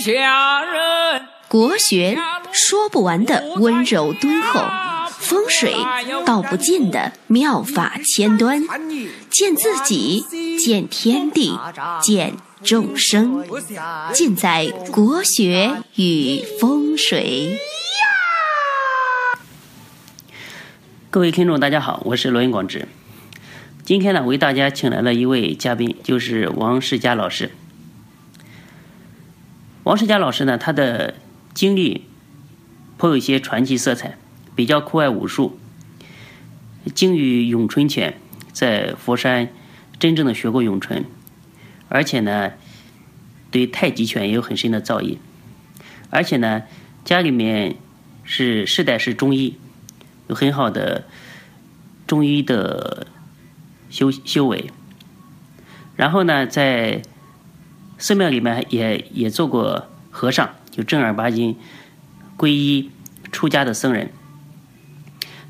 下人。国学说不完的温柔敦厚，风水道不尽的妙法千端，见自己，见天地，见众生，尽在国学与风水。各位听众，大家好，我是罗云广志。今天呢，为大家请来了一位嘉宾，就是王世佳老师。王世佳老师呢，他的经历颇有一些传奇色彩，比较酷爱武术，精于咏春拳，在佛山真正的学过咏春，而且呢，对太极拳也有很深的造诣，而且呢，家里面是世代是中医，有很好的中医的修修为，然后呢，在寺庙里面也也做过和尚，就正儿八经皈依出家的僧人。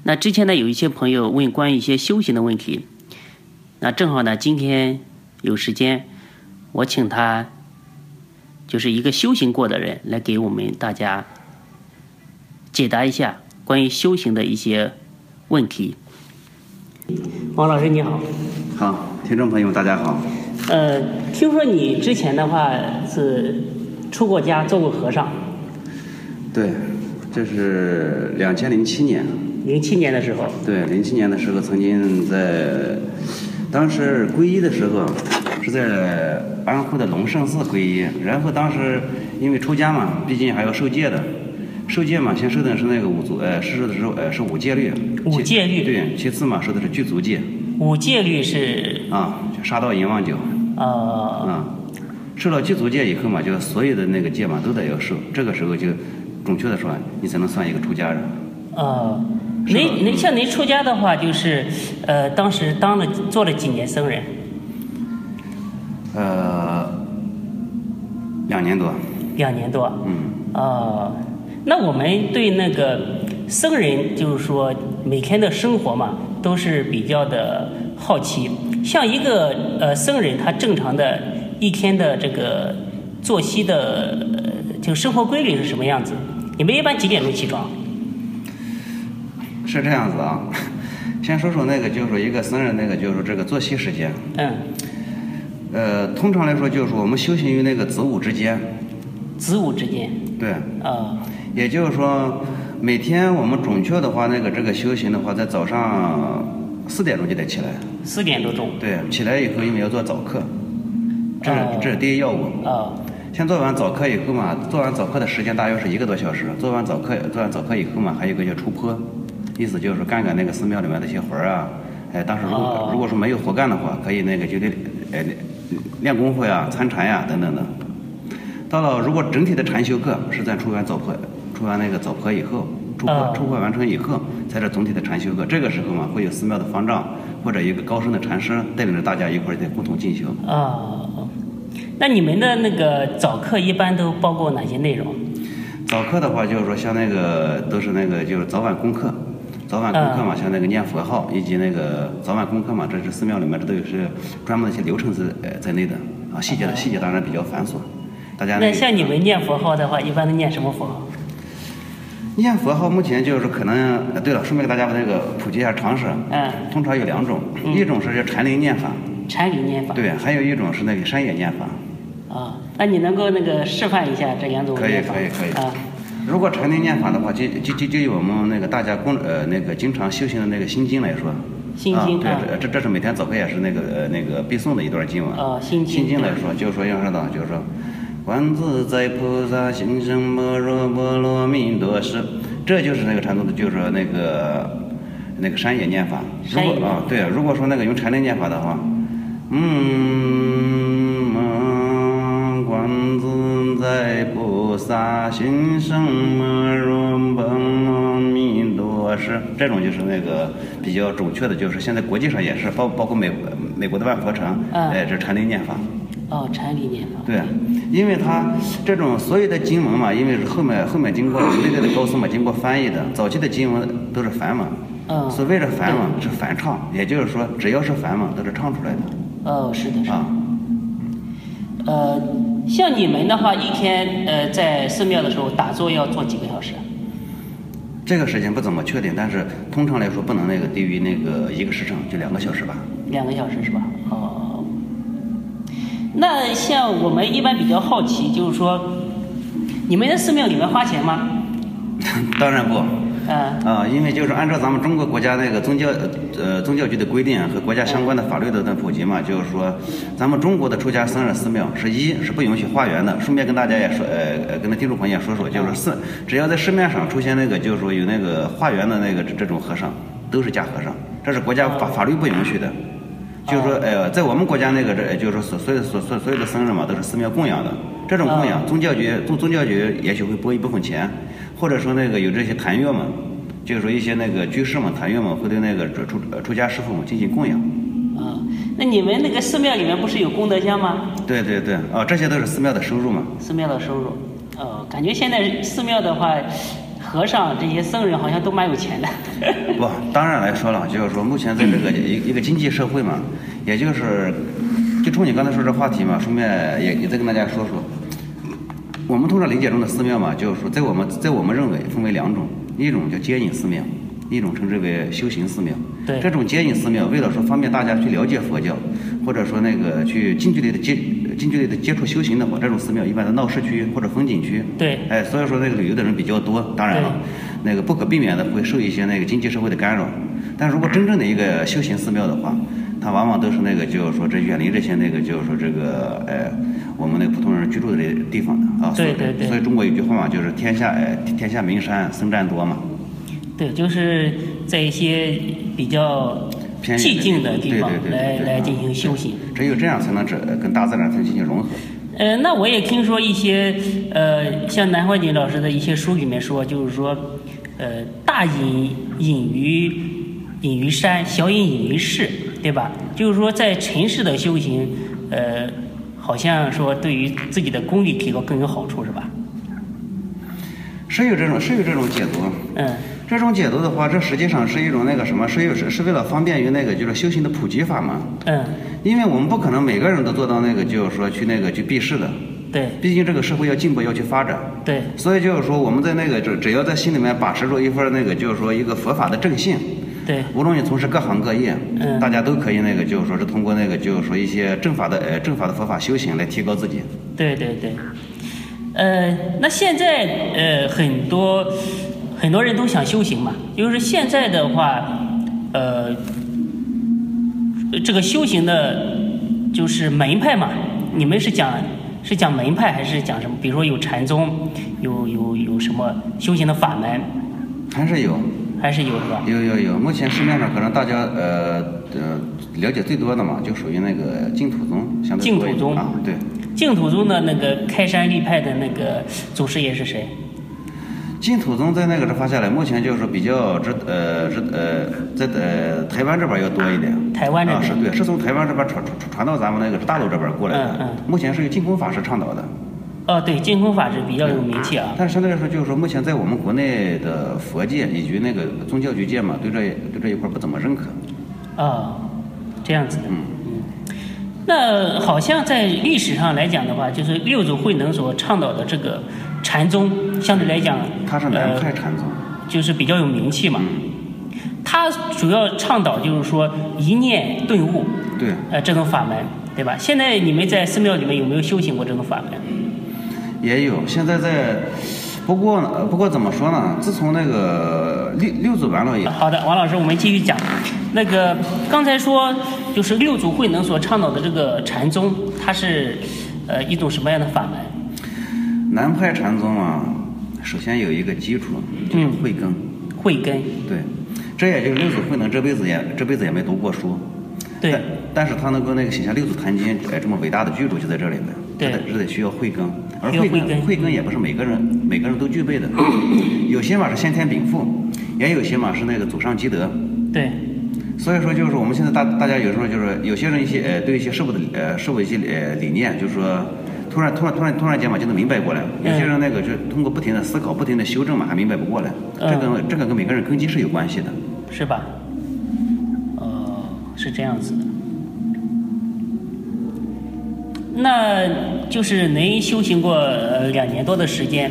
那之前呢，有一些朋友问关于一些修行的问题，那正好呢，今天有时间，我请他就是一个修行过的人来给我们大家解答一下关于修行的一些问题。王老师你好，好，听众朋友们，大家好。呃，听说你之前的话是出过家，做过和尚，对，这是两千零七年，零七年的时候，对，零七年的时候曾经在，当时皈依的时候是在安徽的龙胜寺皈依，然后当时因为出家嘛，毕竟还要受戒的，受戒嘛，先受的是那个五足，呃，是受的时候呃是五戒律，五其戒律对，其次嘛受的是具足戒，五戒律是啊，就杀盗淫妄酒，呃啊，受了具足戒以后嘛，就所有的那个戒嘛都得要受，这个时候就准确的说，你才能算一个出家人。呃，您您像您出家的话，就是呃当时当了做了几年僧人，呃，两年多，两年多，嗯，呃，那我们对那个僧人，就是说每天的生活嘛，都是比较的好奇。像一个呃僧人，他正常的一天的这个作息的，呃就生活规律是什么样子？你们一般几点钟起床？是这样子啊。 先说说那个，就是一个僧人，那个就是这个作息时间。嗯，呃，通常来说，就是我们修行于那个子午之间，子午之间，对，呃，也就是说，每天我们准确的话，那个这个修行的话，在早上四点钟就得起来，四点多钟，对，起来以后因为要做早课，这哦是这是第一要务。呃，先做完早课以后嘛，做完早课的时间大约是一个多小时。做完早课，做完早课以后嘛，还有一个叫出坡，意思就是干干那个寺庙里面的一些活儿啊。哎，当时如果、哦如果说没有活干的话，可以那个就得哎练练功夫呀、参禅呀等等的。到了如果整体的禅修课是在出完早坡，出完那个早坡以后，出坡、哦出坡完成以后，才是总体的禅修课。这个时候嘛，会有寺庙的方丈或者一个高僧的禅师带领着大家一块儿在共同进修。呃，那你们的那个早课一般都包括哪些内容？早课的话，就是说像那个都是那个就是早晚功课，早晚功嗯课嘛，像那个念佛号以及那个早晚功课嘛，这是寺庙里面这都有是专门的一些流程在呃在内的啊，细节的细节当然比较繁琐，大家嗯那个像你们念佛号的话，一般都念什么佛号？念佛号目前就是可能呃对了，顺便给大家把那个普及一下常识，嗯，通常有两种，一种是叫禅林念法，禅语念法。对，还有一种是那个山野念法。啊，那你能够那个示范一下这两种可以念法？可以可以啊，如果禅定念法的话，就就就就以我们那个大家公呃那个经常修行的那个心经来说，心经啊啊，对，这这是每天早课也是那个呃那个背诵的一段经文。哦心经心经来说，就是说要说到，就是说，观自在菩萨行深般若波罗蜜多时，这就是那个禅宗的，就是说那个那个山野念法。如山野果啊，对，如果说那个用禅定念法的话，嗯。嗯观自在菩萨行深般若波罗蜜多时，这种就是那个比较准确的，就是现在国际上也是包包括美国美国的万佛城，嗯哎，这禅定念法。哦，禅语念法。对，啊因为它这种所有的经文嘛，因为是后面后面经过历代的高僧嘛，经过翻译的，早期的经文都是梵文。嗯所谓的梵文是梵唱，也就是说，只要是梵文都是唱出来的哦，是的，是的。啊。呃，像你们的话，一天呃在寺庙的时候打坐要坐几个小时啊？这个时间不怎么确定，但是通常来说不能那个低于那个一个时辰，就两个小时吧。 两个小时是吧？哦。那像我们一般比较好奇，就是说，你们在寺庙里面花钱吗？当然不。嗯啊，因为就是按照咱们中国国家那个宗教呃宗教局的规定和国家相关的法律的等普及嘛，就是说，咱们中国的出家僧人寺庙是一是不允许化缘的。顺便跟大家也说，呃，呃跟那听众朋友也说说，就是寺只要在市面上出现那个就是说有那个化缘的那个这这种和尚，都是假和尚，这是国家法法律不允许的。就是说，呃，在我们国家那个这，哎就是说所所有所所所有的僧人嘛，都是寺庙供养的。这种供养，宗教局宗宗教局也许会拨一部分钱，或者说那个有这些坛乐们，就是说一些那个居士们、坛乐们会对那个出出呃出家师傅们进行供养。嗯，那你们那个寺庙里面不是有功德箱吗？对对对，啊，这些都是寺庙的收入嘛。寺庙的收入，哦，感觉现在寺庙的话，和尚这些僧人好像都蛮有钱的。 不，当然来说了，就是说目前在这个一一个经济社会嘛，也就是，就冲你刚才说这话题嘛，顺便也也再跟大家说说，我们通常理解中的寺庙嘛，就是说在我们在我们认为分为两种，一种叫接引寺庙，一种称之为修行寺庙。对这种接引寺庙，为了说方便大家去了解佛教，或者说那个去近距离的接近距离的接触修行的话，这种寺庙一般在闹市区或者风景区。对哎，所以说那个旅游的人比较多，当然了，那个不可避免的会受一些那个经济社会的干扰。但如果真正的一个修行寺庙的话，它往往都是那个就是说这远离这些那个就是说这个呃我们那个普通人居住的这地方的啊。所以对对对所以中国有句话嘛，就是天下呃天下名山僧占多嘛。对，就是在一些比较偏远寂静的地方对对对来对对来啊进行修行。只有这样才能这跟大自然才能进行融合。呃，那我也听说一些呃，像南怀瑾老师的一些书里面说，就是说，呃，大隐隐于隐于山，小隐隐于市，对吧？就是说，在尘世的修行，呃，好像说对于自己的功力提高更有好处，是吧？是有这种是有这种解读。啊嗯，这种解读的话，这实际上是一种那个什么，是有是是为了方便于那个就是修行的普及法嘛。嗯，因为我们不可能每个人都做到那个，就是说去那个去避世的，对毕竟这个社会要进步，要去发展。对，所以就是说，我们在那个只只要在心里面把持住一份那个，就是说一个佛法的正信，对无论你从事各行各业，嗯大家都可以那个，就是说是通过那个，就是说一些正法的呃正法的佛法修行来提高自己。对对对，呃，那现在呃很多很多人都想修行嘛，就是现在的话，呃，这个修行的，就是门派嘛，你们是讲是讲门派还是讲什么？比如说有禅宗，有有有什么修行的法门，还是有，还是有是吧？有有有，目前市面上可能大家呃呃了解最多的嘛，就属于那个净土宗，相对净多一土点宗啊，对。净土宗的那个开山立派的那个祖师爷是谁？净土宗在那个这发下来，目前就是说比较这呃这呃在呃台湾这边要多一点。台湾这啊边是对，是从台湾这边传传传到咱们那个大陆这边过来的。嗯嗯目前是由净空法师倡导的，哦，对，净空法师比较有名气啊。但是相对来说，就是说目前在我们国内的佛界以及那个宗教局界嘛，对这对这一块不怎么认可。嗯哦，这样子的。嗯那好像在历史上来讲的话，就是六祖慧能所倡导的这个禅宗，相对来讲，它是南呃派嗯禅宗。就是比较有名气嘛。他主要倡导就是说一念顿悟，对，呃，这种法门，对吧？现在你们在寺庙里面有没有修行过这种法门？也有，现在在，不过呢，不过怎么说呢？自从那个六六祖完了以后，好的，王老师，我们继续讲。那个刚才说，就是六祖慧能所倡导的这个禅宗，它是呃一种什么样的法门？南派禅宗啊，首先有一个基础，就是嗯慧根。慧根，对，这也就是六祖慧能这辈子也这辈子也没读过书，对但，但是他能够那个写下《六祖坛经》哎这么伟大的巨著就在这里面，对这得这得需要慧根，而需要慧慧根根慧根也不是每个人每个人都具 备的，有些嘛是先天禀赋，也有些嘛是那个祖上积德。对，所以说，就是我们现在大大家有时候就是有些人一些呃对一些事物的呃事物一些呃理念，就是说突然突然突然突然间嘛就能明白过来。有些人嗯那个就通过不停的思考、不停的修正嘛，还明白不过来。嗯这个这个跟每个人根基是有关系的。是吧？呃哦，是这样子的。那就是您修行过呃两年多的时间，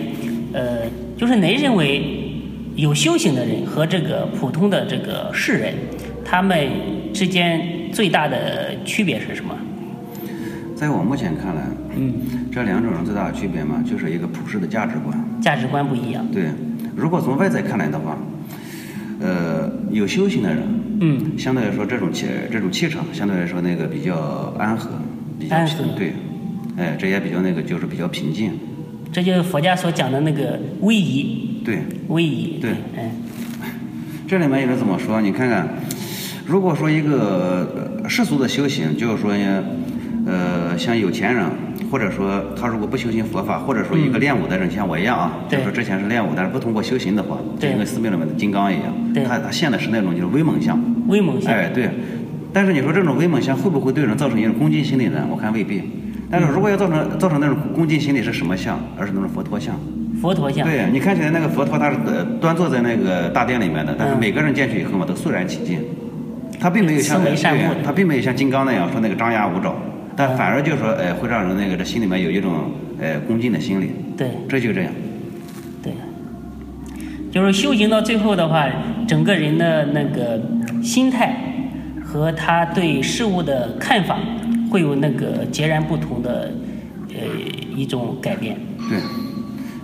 呃，就是您认为有修行的人和这个普通的这个世人，他们之间最大的区别是什么？在我目前看来，嗯，这两种人最大的区别嘛，就是一个普世的价值观。价值观不一样。对，如果从外在看来的话，呃，有修行的人，嗯，相对来说这种气这种气场，相对来说那个比较安和，比较安平和对，哎，这也比较那个就是比较平静，这就是佛家所讲的那个威仪，对。威仪。对嗯，这里面有人怎么说？你看看，如果说一个呃世俗的修行，就是说呢，呃，像有钱人，或者说他如果不修行佛法，或者说一个练武的人，像我一样啊，就嗯对是说之前是练武，但是不通过修行的话，就对跟寺庙里面的金刚一样对，他他现的是那种就是威猛相，威猛性。哎，对。但是你说这种威猛相会不会对人造成一种恭敬心理呢？我看未必。但是如果要造成造成那种恭敬心理是什么相？而是那种佛陀相。佛陀像。对，你看起来那个佛陀他是呃端坐在那个大殿里面的，但是嗯每个人见去以后嘛，都肃然起敬。他并没有像慈眉对善目的嗯他并没有像金刚那样说那个张牙舞爪，但反而就说哎、会让人那个这心里面有一种呃恭敬的心理，对这就这样。对，就是修行到最后的话，整个人的那个心态和他对事物的看法会有那个截然不同的呃一种改变。对，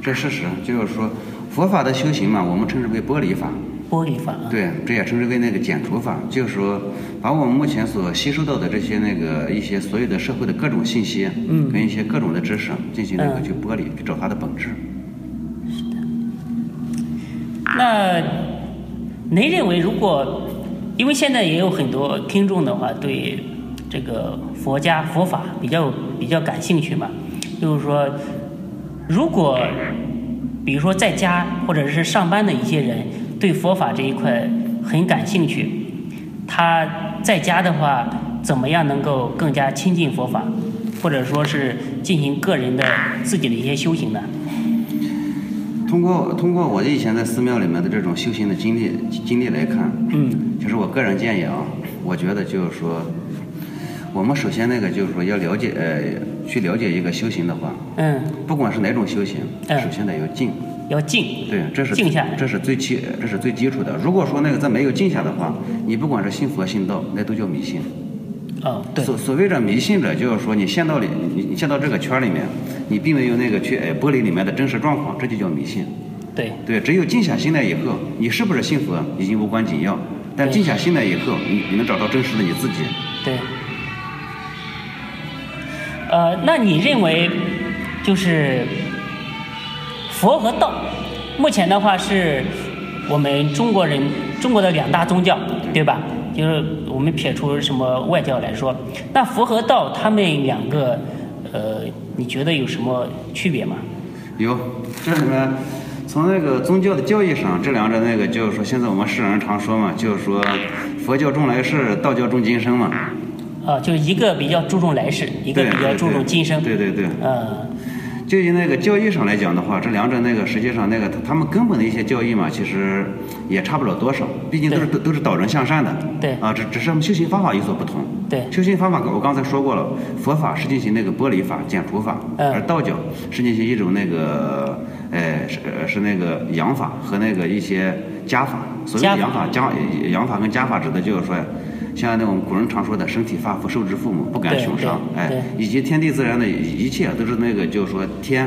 这事实就是说佛法的修行嘛，我们称之为剥离法。玻璃法啊，对，这也称之为那个减除法，就是说把我们目前所吸收到的这些那个一些所有的社会的各种信息，嗯，跟一些各种的知识进行那个嗯去剥离，去找它的本质。那您认为，如果因为现在也有很多听众的话，对这个佛家佛法比较比较感兴趣嘛，就是说，如果比如说在家或者是上班的一些人对佛法这一块很感兴趣，他在家的话，怎么样能够更加亲近佛法，或者说是进行个人的自己的一些修行呢？通过通过我以前在寺庙里面的这种修行的经历经历来看，嗯，其实我个人建议啊，我觉得就是说，我们首先那个就是说要了解呃，去了解一个修行的话，嗯，不管是哪种修行，嗯首先得要静。要静，对，这是静下来。这是最基，这是最基础的。如果说那个咱没有静下的话，你不管是信佛信道，那都叫迷信。哦，对，所所谓的迷信者，就是说你陷到里，你你陷到这个圈儿里面，你并没有那个去哎剥离里面的真实状况，这就叫迷信。对，对，只有静下心来以后，你是不是信佛已经无关紧要。但对静下心来以后，你你能找到真实的你自己。对。呃，那你认为就是佛和道，目前的话是我们中国人中国的两大宗教，对吧？就是我们撇除什么外教来说，那佛和道他们两个，呃，你觉得有什么区别吗？有，这里面从那个宗教的教义上，这两者那个就是说，现在我们世人常说嘛，就是说佛教重来世，道教重今生嘛。啊、就是一个比较注重来世，一个对比较对注对重今生。对对对。呃，就以那个教义上来讲的话，这两者那个实际上那个他们根本的一些教义嘛，其实也差不了多少，毕竟都是都都是导人向善的。对啊，只只是我们修行方法有所不同。对修行方法我刚才说过了，佛法是进行那个剥离法、减除法，嗯而道教是进行一种那个呃是呃是那个养法和那个一些家法。所谓家的法养法、家养法跟家法指的就是说。像那种古人常说的“身体发肤受之父母，不敢对熊对伤”，哎对，以及天地自然的一切啊都是那个，就是说天，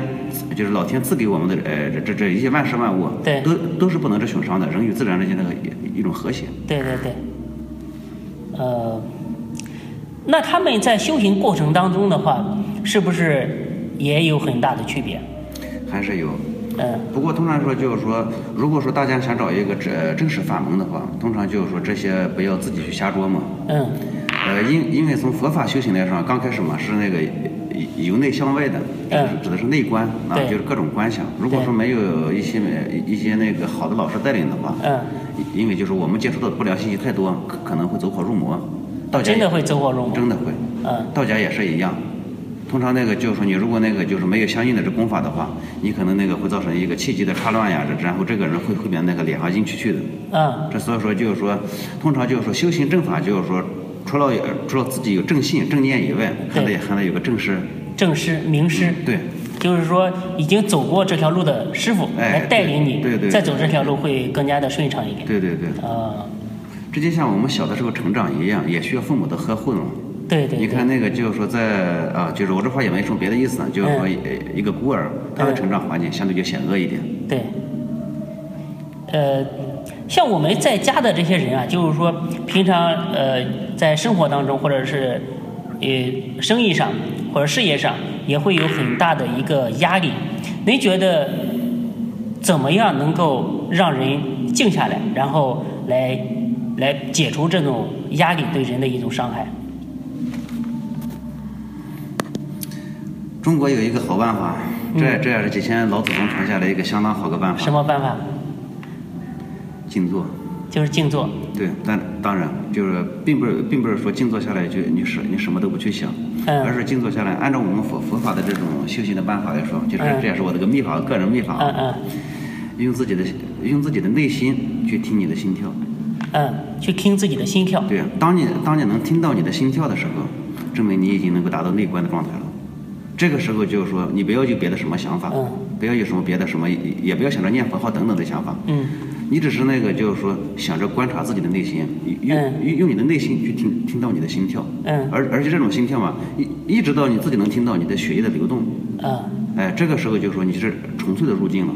就是老天赐给我们的，呃，这这这一切万事万物，啊对都都是不能是损伤的，人与自然之间的一一种和谐。对对对，呃，那他们在修行过程当中的话，是不是也有很大的区别？还是有。嗯，不过通常说就是说，如果说大家想找一个真真实法门的话，通常就是说这些不要自己去瞎琢磨。嗯，呃，因因为从佛法修行来说，刚开始嘛是那个由由内向外的，嗯指的是内观啊对，就是各种观想。如果对说没有一些一些那个好的老师带领的话，嗯，因为就是我们接触到的不良信息太多，可可能会走火入魔。道家真的也会走火入魔。真的会， 嗯，道家也是一样。通常那个就是说，你如果那个就是没有相应的这功法的话，你可能那个会造成一个气机的插乱呀，然后这个人会会变那个脸上阴黢黢的。嗯，这所以说就是说，通常就是说修行正法，就是说除了有除了自己有正信正念以外，还对得还得有个正事，正师、名师，对，就是说已经走过这条路的师傅哎来带领你，对对对再走这条路会更加的顺畅一点。对对对，啊、这就像我们小的时候成长一样，也需要父母的呵护嘛。对对对，你看那个，就是说在啊，就是我这话也没什么别的意思，就是说嗯呃一个孤儿，他的成长环境相对就险恶一点。对，呃，像我们在家的这些人啊，就是说平常呃在生活当中，或者是呃生意上或者事业上，也会有很大的一个压力。您觉得怎么样能够让人静下来，然后来来解除这种压力对人的一种伤害？中国有一个好办法，这这也是几千老祖宗传下来一个相当好的办嗯什法，么办法？静坐。就是静坐。对，但当然就是并不是并不是说静坐下来就你什你什么都不去想，嗯而是静坐下来，按照我们佛佛法的这种修行的办法来说，就是嗯这也是我的个秘法，个人秘法，嗯嗯用自己的用自己的内心去听你的心跳。嗯，去听自己的心跳。对，啊当你当你能听到你的心跳的时候，证明你已经能够达到内观的状态了。这个时候就是说，你不要有别的什么想法，嗯不要有什么别的什么，也也不要想着念佛号等等的想法。嗯你只是那个，就是说，想着观察自己的内心，用嗯用用你的内心去听听到你的心跳，嗯而而且这种心跳嘛，一一直到你自己能听到你的血液的流动，嗯哎，这个时候就说你是纯粹的入境了。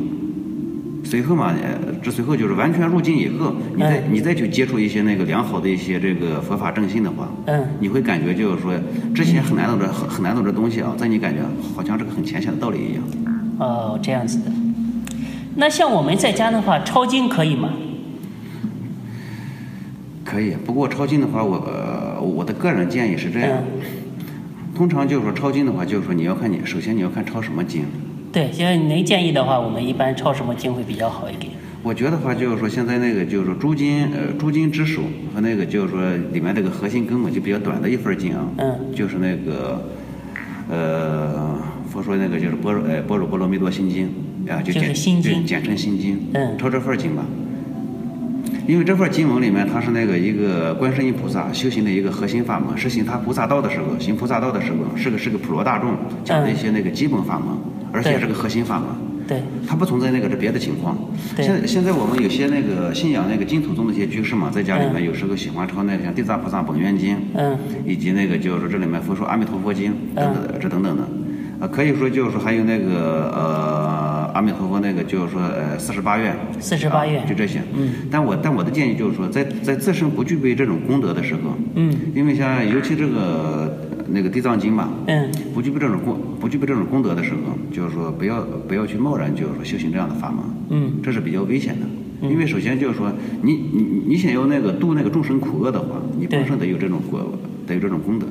随后嘛，呃这随后就是完全入境以后，你再、嗯你再去接触一些那个良好的一些这个佛法正信的话，嗯你会感觉就是说之前很难懂的很很难懂的东西啊，在你感觉好像这个很浅显的道理一样。哦，这样子的。那像我们在家的话，抄经可以吗？可以，不过抄经的话，我、呃我的个人建议是这样，嗯通常就是说抄经的话，就是说你要看你首先你要看抄什么经。对，现在您建议的话，我们一般抄什么经会比较好一点？我觉得话就是说，现在那个就是说诸经呃诸经之首和那个就是说里面这个核心根本就比较短的一份经啊，嗯就是那个呃佛说那个就是般若呃般若波罗蜜多心经啊，就就是简心对经简称心经，嗯抄这份经吧。因为这份经文里面，它是那个一个观世音菩萨修行的一个核心法门，是行他菩萨道的时候，行菩萨道的时候，是个是个普罗大众讲的一些那个基本法门，而嗯且对是个核心法门。对，它不存在那个这别的情况。对现现在我们有些那个信仰那个净土宗的一些居士嘛，在家里面有时候喜欢抄那个像《地藏菩萨本愿经》，嗯以及那个就是这里面佛说《阿弥陀佛经》等等的这等等的，啊，可以说就是说还有那个呃阿弥陀佛那个就是说呃四十八愿， 48啊愿就这些。嗯。但我但我的建议就是说，在在自身不具备这种功德的时候，嗯因为像尤其这个呃那个《地藏经》嘛，嗯不具备这种功不具备这种功德的时候，就是说不要不要去贸然就是说修行这样的法门，嗯，这是比较危险的。因为首先就是说，你你你你想要那个度那个众生苦厄的话，你对本身得有这种果，得有这种功德。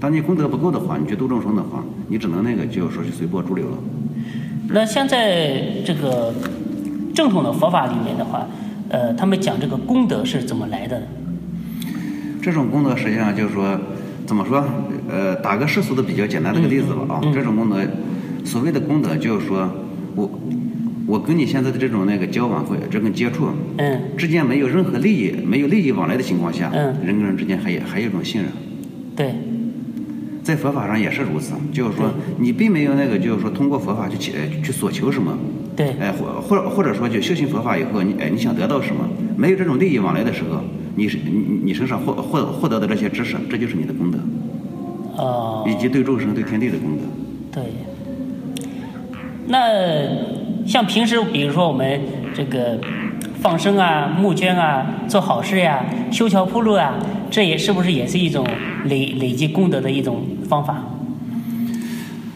当你功德不够的话，你去度众生的话，你只能那个就是说是随波逐流了。那像在这个正统的佛法里面的话，呃，他们讲这个功德是怎么来的呢？这种功德实际上就是说，怎么说？呃，打个世俗的比较简单的一个例子吧啊，这种功德，所谓的功德就是说我我跟你现在的这种那个交往或者这种接触，嗯，之间没有任何利益、没有利益往来的情况下，嗯人跟人之间还有还有一种信任，对，在佛法上也是如此，就是说你并没有那个，就是说通过佛法去祈呃去索求什么，对，哎，或或者或者说就修行佛法以后，你哎你想得到什么，没有这种利益往来的时候，你是你你你身上获获获得的这些知识，这就是你的功德，哦、以及对众生、对天地的功德。对。那像平时，比如说我们这个放生啊、募捐啊、做好事呀、修桥铺路啊，这也是不是也是一种累累积功德的一种方法？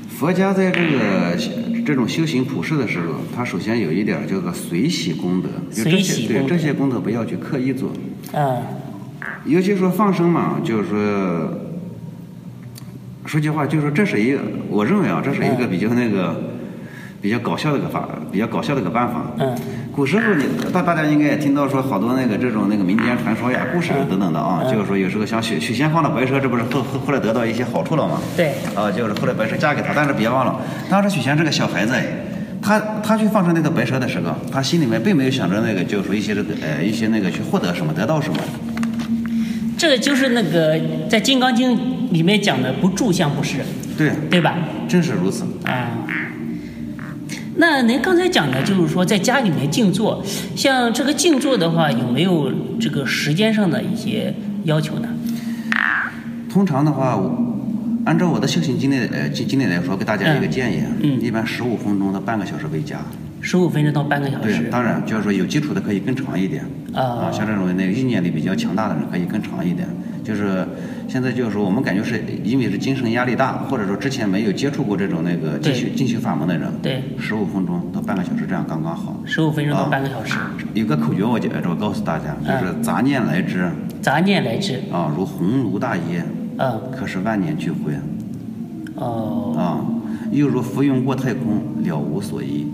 佛家在这个这种修行普世的时候，它首先有一点儿叫做随喜功德，就这随些喜对功德这些功德不要去刻意做。嗯尤其说放生嘛，就是说，说句话，就是说这是一个，我认为啊，这是一个比较那个，比较搞笑的一个法，比较搞笑的一个办法。嗯古时候你大大家应该也听到说好多那个这种那个民间传说呀、故事等等的啊，就是说有时候像许许仙放了白蛇，这不是 后后后来得到一些好处了吗？对啊，就是后来白蛇嫁给他，但是别忘了，当时许仙这个小孩子，哎他他去放生那个白蛇的时候，他心里面并没有想着那个就是说一些这个呃一些那个去获得什么、得到什么。这就是那个在《金刚经》里面讲的不住相布施，对，对吧？正是如此。啊。那您刚才讲的，就是说在家里面静坐，像这个静坐的话，有没有这个时间上的一些要求呢？通常的话，我按照我的修行经历呃经经历来说，给大家一个嗯建议，啊嗯啊一般十五分钟到半个小时为佳。十五分钟到半个小对，时。当然就是说有基础的可以更长一点。啊像这种那意念力比较强大的人可以更长一点。就是现在就是说，我们感觉是因为是精神压力大，或者说之前没有接触过这种那个进修对进修法门的人，对，十五分钟到半个小时这样刚刚好。十五分钟啊到半个小时。有个口诀我讲，我告诉大家，就是嗯杂念来之杂念来之，啊，如鸿炉大烟，嗯，可是万念俱灰哦啊，又如浮云过太空，了无所依。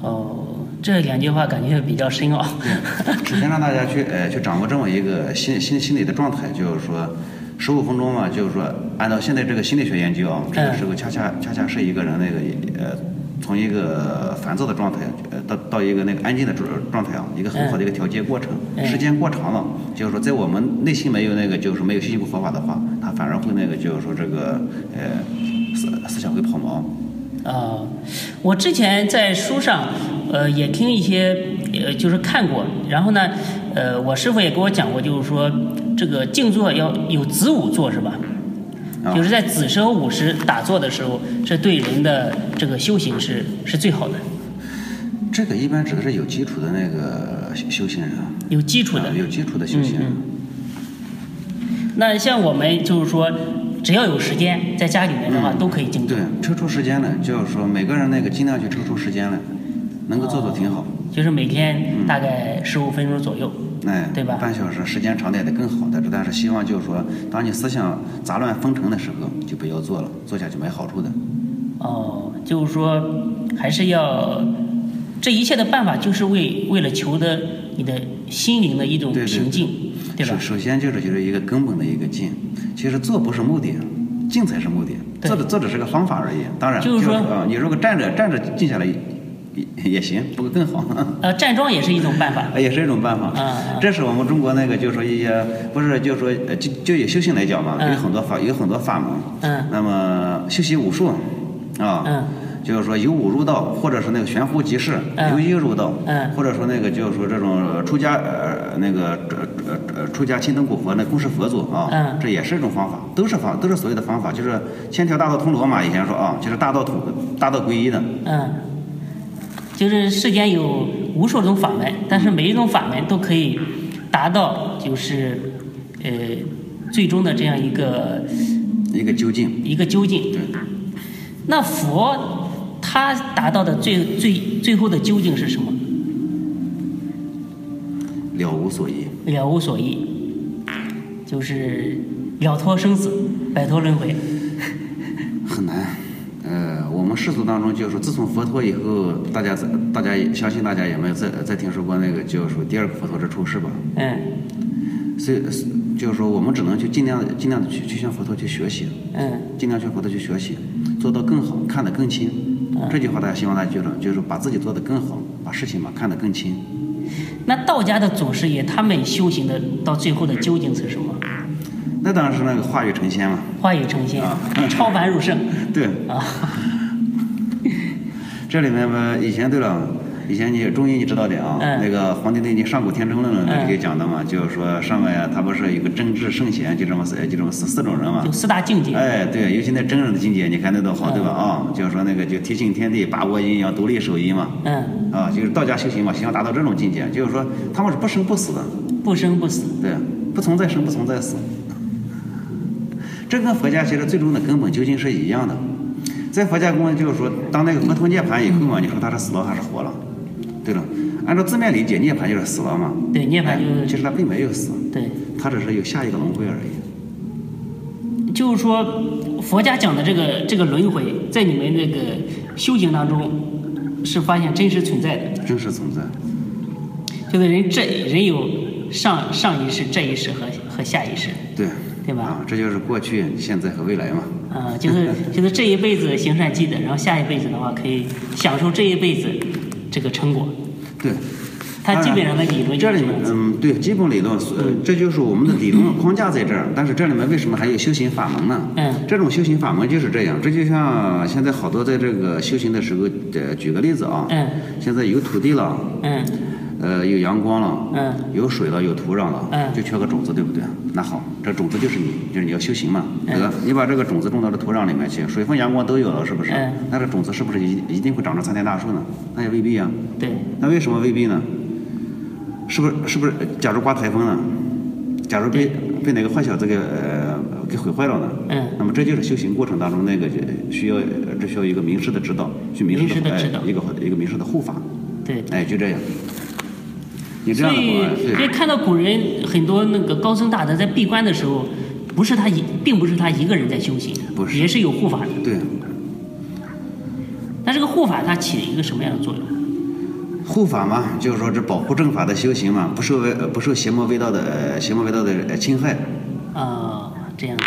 哦，这两句话感觉比较深奥。 首先让大家去呃去掌握这么一个心心心理的状态，就是说十五分钟嘛，就是说按照现在这个心理学研究啊，嗯这个时候恰恰恰恰是一个人那个呃从一个烦躁的状态呃到到一个那个安静的状状态啊，一个很好的一个调节过程。嗯时间过长了，就是说在我们内心没有那个就是没有修行过佛法的话，他反而会那个就是说这个呃思思想会跑毛。啊、我之前在书上，呃，也听一些，呃，就是看过。然后呢，呃，我师傅也给我讲过，就是说这个静坐要有子午坐是吧？啊就是在子时和午时打坐的时候，这对人的这个修行是是最好的，这个一般指的是有基础的那个修修行人啊，有基础的嗯啊。有基础的修行人。那像我们就是说，只要有时间，在家里面的话、都可以静坐嗯对，，抽出时间来，就是说每个人那个尽量去抽出时间来，能够做做挺好。就是每嗯天大概十五分钟左右。哎，对吧半小时时间长点的更好的，但是希望就是说，当你思想杂乱纷呈的时候，就不要做了，做下去没好处的。哦，就是说还是要这一切的办法，就是为为了求得你的心灵的一种对对平静，对首吧？首先就是就是一个根本的一个静，其实做不是目的，静才是目的。对做的做只是个方法而已，当然就是说说啊，你如果站着站着静下来也也也行，不过更好。呃，站桩也是一种办法。也是一种办法。啊啊这是我们中国那个，就是说一些不是，就是说呃就就以修行来讲嘛，嗯有很多法，有很多法门。嗯那么修习武术，啊，嗯就是说由武入道，或者是那个悬壶济世，嗯由医入道，嗯或者说那个就是说这种出家呃那个呃呃出家青灯古佛那供事佛祖啊，嗯这也是一种方法，都是方都是所谓的方法，就是千条大道通罗马，以前说啊，就是大道通大道归一的。嗯，就是世间有无数种法门，但是每一种法门都可以达到就是呃最终的这样一个一个究竟，一个究竟。对，那佛他达到的最最最后的究竟是什么？了无所依。了无所依，就是了脱生死，摆脱轮回。很难。呃，我们世俗当中就是说，自从佛陀以后，大家在大家也相信大家也没有再再听说过那个就是说第二个佛陀这出世吧？嗯所以就是说，我们只能去尽量地尽量的去去向佛陀去学习，嗯尽量去佛陀去学习，做到更好，看得更清。这句话大家希望大家记住，就是把自己做得更好，把事情嘛看得更清。，那道家的祖师爷他们修行的到最后的究竟是什么？那当然是那个化育成仙嘛。化育成仙啊，超凡入圣 对，啊！这里面吧，以前对了，以前你中医你知道点啊，嗯那个《黄帝内经·上古天真论》嗯里给讲的嘛，就是说上面呀，他不是有个真智圣贤，就这么四，就这么四四种人嘛有。四大境界。哎，对，尤其那真人的境界，你看那都好，对吧？啊，就是说那个就提醒天地，把握阴阳，独立守一嘛，嗯，啊，就是道家修行嘛，希望达到这种境界，就是说他们是不生不死的，不生不死。对，啊不存在生，不存在死。这跟佛家其实最终的根本究竟是一样的。在佛家观就是说，当那个佛陀涅槃以后嘛，你说他是死了还是活了？对了，按照字面理解，涅槃就是死了嘛。对涅槃就是哎其实他并没有死，对，他只是有下一个轮回而已。就是说佛家讲的这个这个轮回，在你们这个修行当中是发现真实存在的，真实存在，就是人这人有上上一世、这一世和和下一世。对，对吧啊，这就是过去、现在和未来嘛。啊，就是 就是这一辈子行善积德，然后下一辈子的话可以享受这一辈子这个成果。对，它基本上的理论这就是里这面样子。嗯，对，基本理论，呃嗯这就是我们的理论框架在这儿。但是这里面为什么还有修行法门呢？嗯这种修行法门就是这样，这就像现在好多在这个修行的时候，呃，举个例子啊，嗯现在有土地了，嗯呃，有阳光了，嗯有水了，有土壤了，嗯就缺个种子，对不对？那好，这种子就是你，就是你要修行嘛，嗯对吧？你把这个种子种到这土壤里面去，水分、阳光都有了，是不是？嗯那这种子是不是一一定会长成参天大树呢？那也未必啊。嗯对，那为什么未必呢？是不是是不是？假如刮台风呢？假如被被哪个坏小子给呃给毁坏了呢？嗯那么这就是修行过程当中那个呃需要呃这需要一个明示的指导，去明示明示的哎指导一个一个明示的护法，对。哎，就这样。你这所样的以话，，这对，看到古人很多那个高僧大德在闭关的时候，不是他一，并不是他一个人在修行，不是也是有护法的。对，那这个护法它起了一个什么样的作用？护法嘛，就是说这保护正法的修行嘛，不受为呃不受邪魔味道的呃邪魔味道的呃侵害。啊、这样子。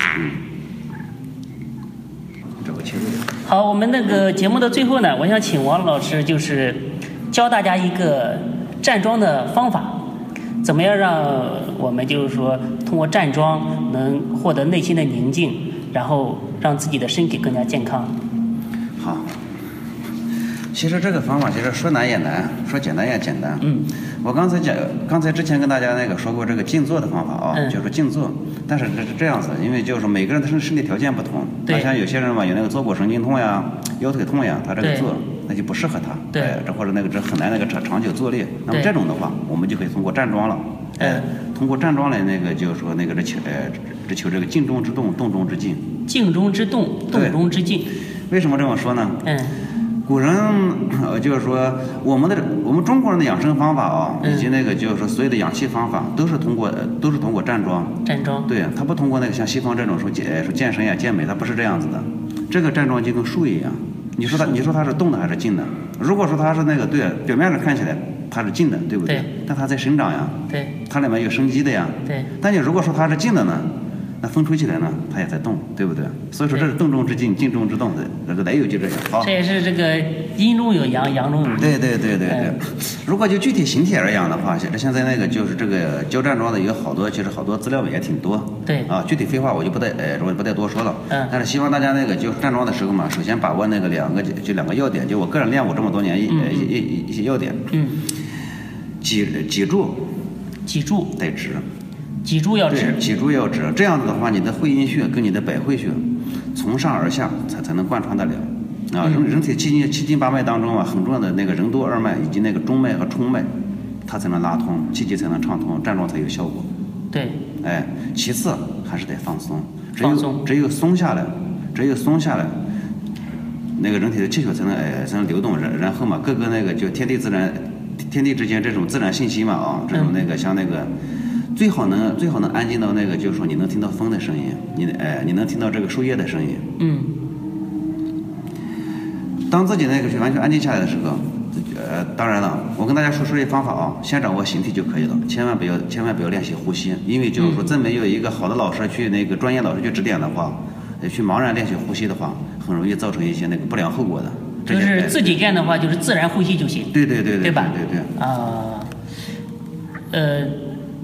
这我清楚。好，我们那个节目的最后呢，我想请王老师就是教大家一个站桩的方法，怎么样让我们就是说通过站桩能获得内心的宁静，然后让自己的身体更加健康。好，其实这个方法其实说难也难，说简单也简单。嗯，我刚才讲，刚才之前跟大家那个说过这个静坐的方法啊，嗯就是静坐。但是这是这样子，因为就是每个人的身身体条件不同，对他像有些人嘛，有那个坐骨神经痛呀、腰腿痛呀，他这个对坐那就不适合他。对哎这或者那个这很难那个长长久坐立。那么对嗯这种的话，我们就可以通过站桩了。哎，通过站桩来那个就是说那个这求呃这求这个静中之动，动中之静。静中之动，对动中之静。为什么这么说呢？嗯古人呃，就是说我们的我们中国人的养生方法啊，嗯以及那个就是说所有的养气方法，都是通过呃都是通过站桩。站桩。对，它不通过那个像西方这种说健呃说健身呀、健美，它不是这样子的。这个站桩就跟树一样，你说它你说它是动的还是静的？如果说它是那个对，表面上看起来它是静的，对不对？对但它在生长呀，对它里面有生机的呀。对但你如果说它是静的呢，那风吹起来呢，它也在动，对不对？所以说这是动中之静，静中之动的，这个来由就这样。好这。也是这个阴中有阳，阳中有阴。对对对对对嗯，如果就具体形体而言的话，现现在那个就是这个交战桩的有好多，其实好多资料也挺多。对啊，具体废话我就不再呃，我就不再多说了。嗯但是希望大家那个就是站桩的时候嘛，首先把握那个两个就两个要点，就我个人练过这么多年一呃一一一一些要点，嗯，脊脊柱脊柱，得直，脊柱要对直，。脊柱要直，这样子的话，你的会阴穴跟你的百会穴从上而下才才能贯穿得了。啊，人人体七经七经八脉当中啊，很重要的那个任督二脉以及那个中脉和冲脉，它才能拉通，气机才能畅通，站桩才有效果。对哎，其次还是得放松，只放有松只有松下来，只有松下来，那个人体的气血才能哎才能流动，然然后嘛，各个那个就天地自然，天地之间这种自然信息嘛啊，这种那嗯个像那个。最好能最好能安静到那个，就是说你能听到风的声音，你哎你能听到这个树叶的声音。嗯当自己那个是完全安静下来的时候，呃，当然了，我跟大家说说这方法啊，先掌握形体就可以了，千万不要千万不要练习呼吸，因为就是说，真没有一个好的老师去那个专业老师去指点的话，呃，去茫然练习呼吸的话，很容易造成一些那个不良后果的。这就些是哎自己干的话，就是自然呼吸就行。对对对对对吧对对对啊、呃，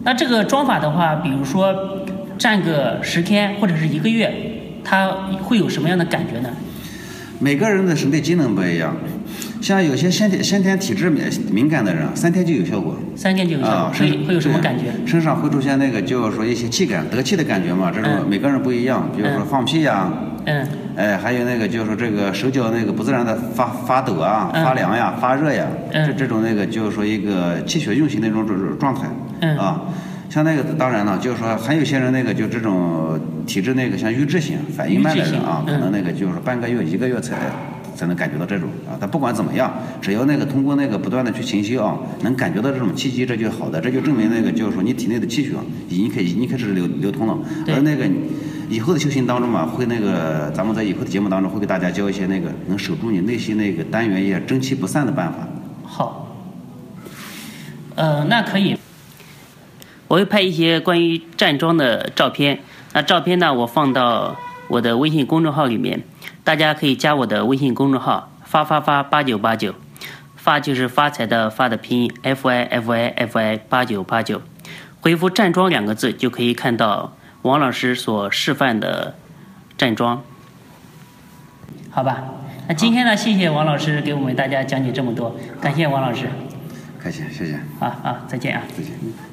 那这个装法的话，比如说站个十天或者是一个月，它会有什么样的感觉呢？每个人的身体机能不一样，像有些先天先天体质敏敏感的人，啊三天就有效果。三天就有效，啊，身会会有什么对感觉？身上会出现那个，就是说一些气感、得气的感觉嘛。这种嗯每个人不一样，比如说嗯放屁呀、啊嗯，哎，还有那个就是说这个手脚那个不自然的发发抖啊、嗯发凉呀、发热呀，嗯这这种那个就是说一个气血运行的一种状状态，嗯啊，像那个当然了，就是说还有些人那个就这种体质那个像瘀滞性、反应慢的人啊，瘀滞性可嗯能那个就是半个月、一个月才才能感觉到这种啊。但不管怎么样，只要那个通过那个不断的去勤修啊，能感觉到这种气机，这就好的，这就证明那个就是说你体内的气血啊已经开已经开始流流通了，对而那个以后的修行当中嘛，会那个咱们在以后的节目当中会给大家教一些那个能守住你内心那个单元液争气不散的办法。好，呃，那可以。我会拍一些关于站桩的照片，那照片呢，我放到我的微信公众号里面，大家可以加我的微信公众号“发发发八九八九”，发就是发财的发的拼音 f y f y f y 八九八九，回复站桩两个字就可以看到王老师所示范的站桩，好吧？那今天呢，谢谢王老师给我们大家讲解这么多，感谢王老师，开心，谢谢，好好，再见啊。再见。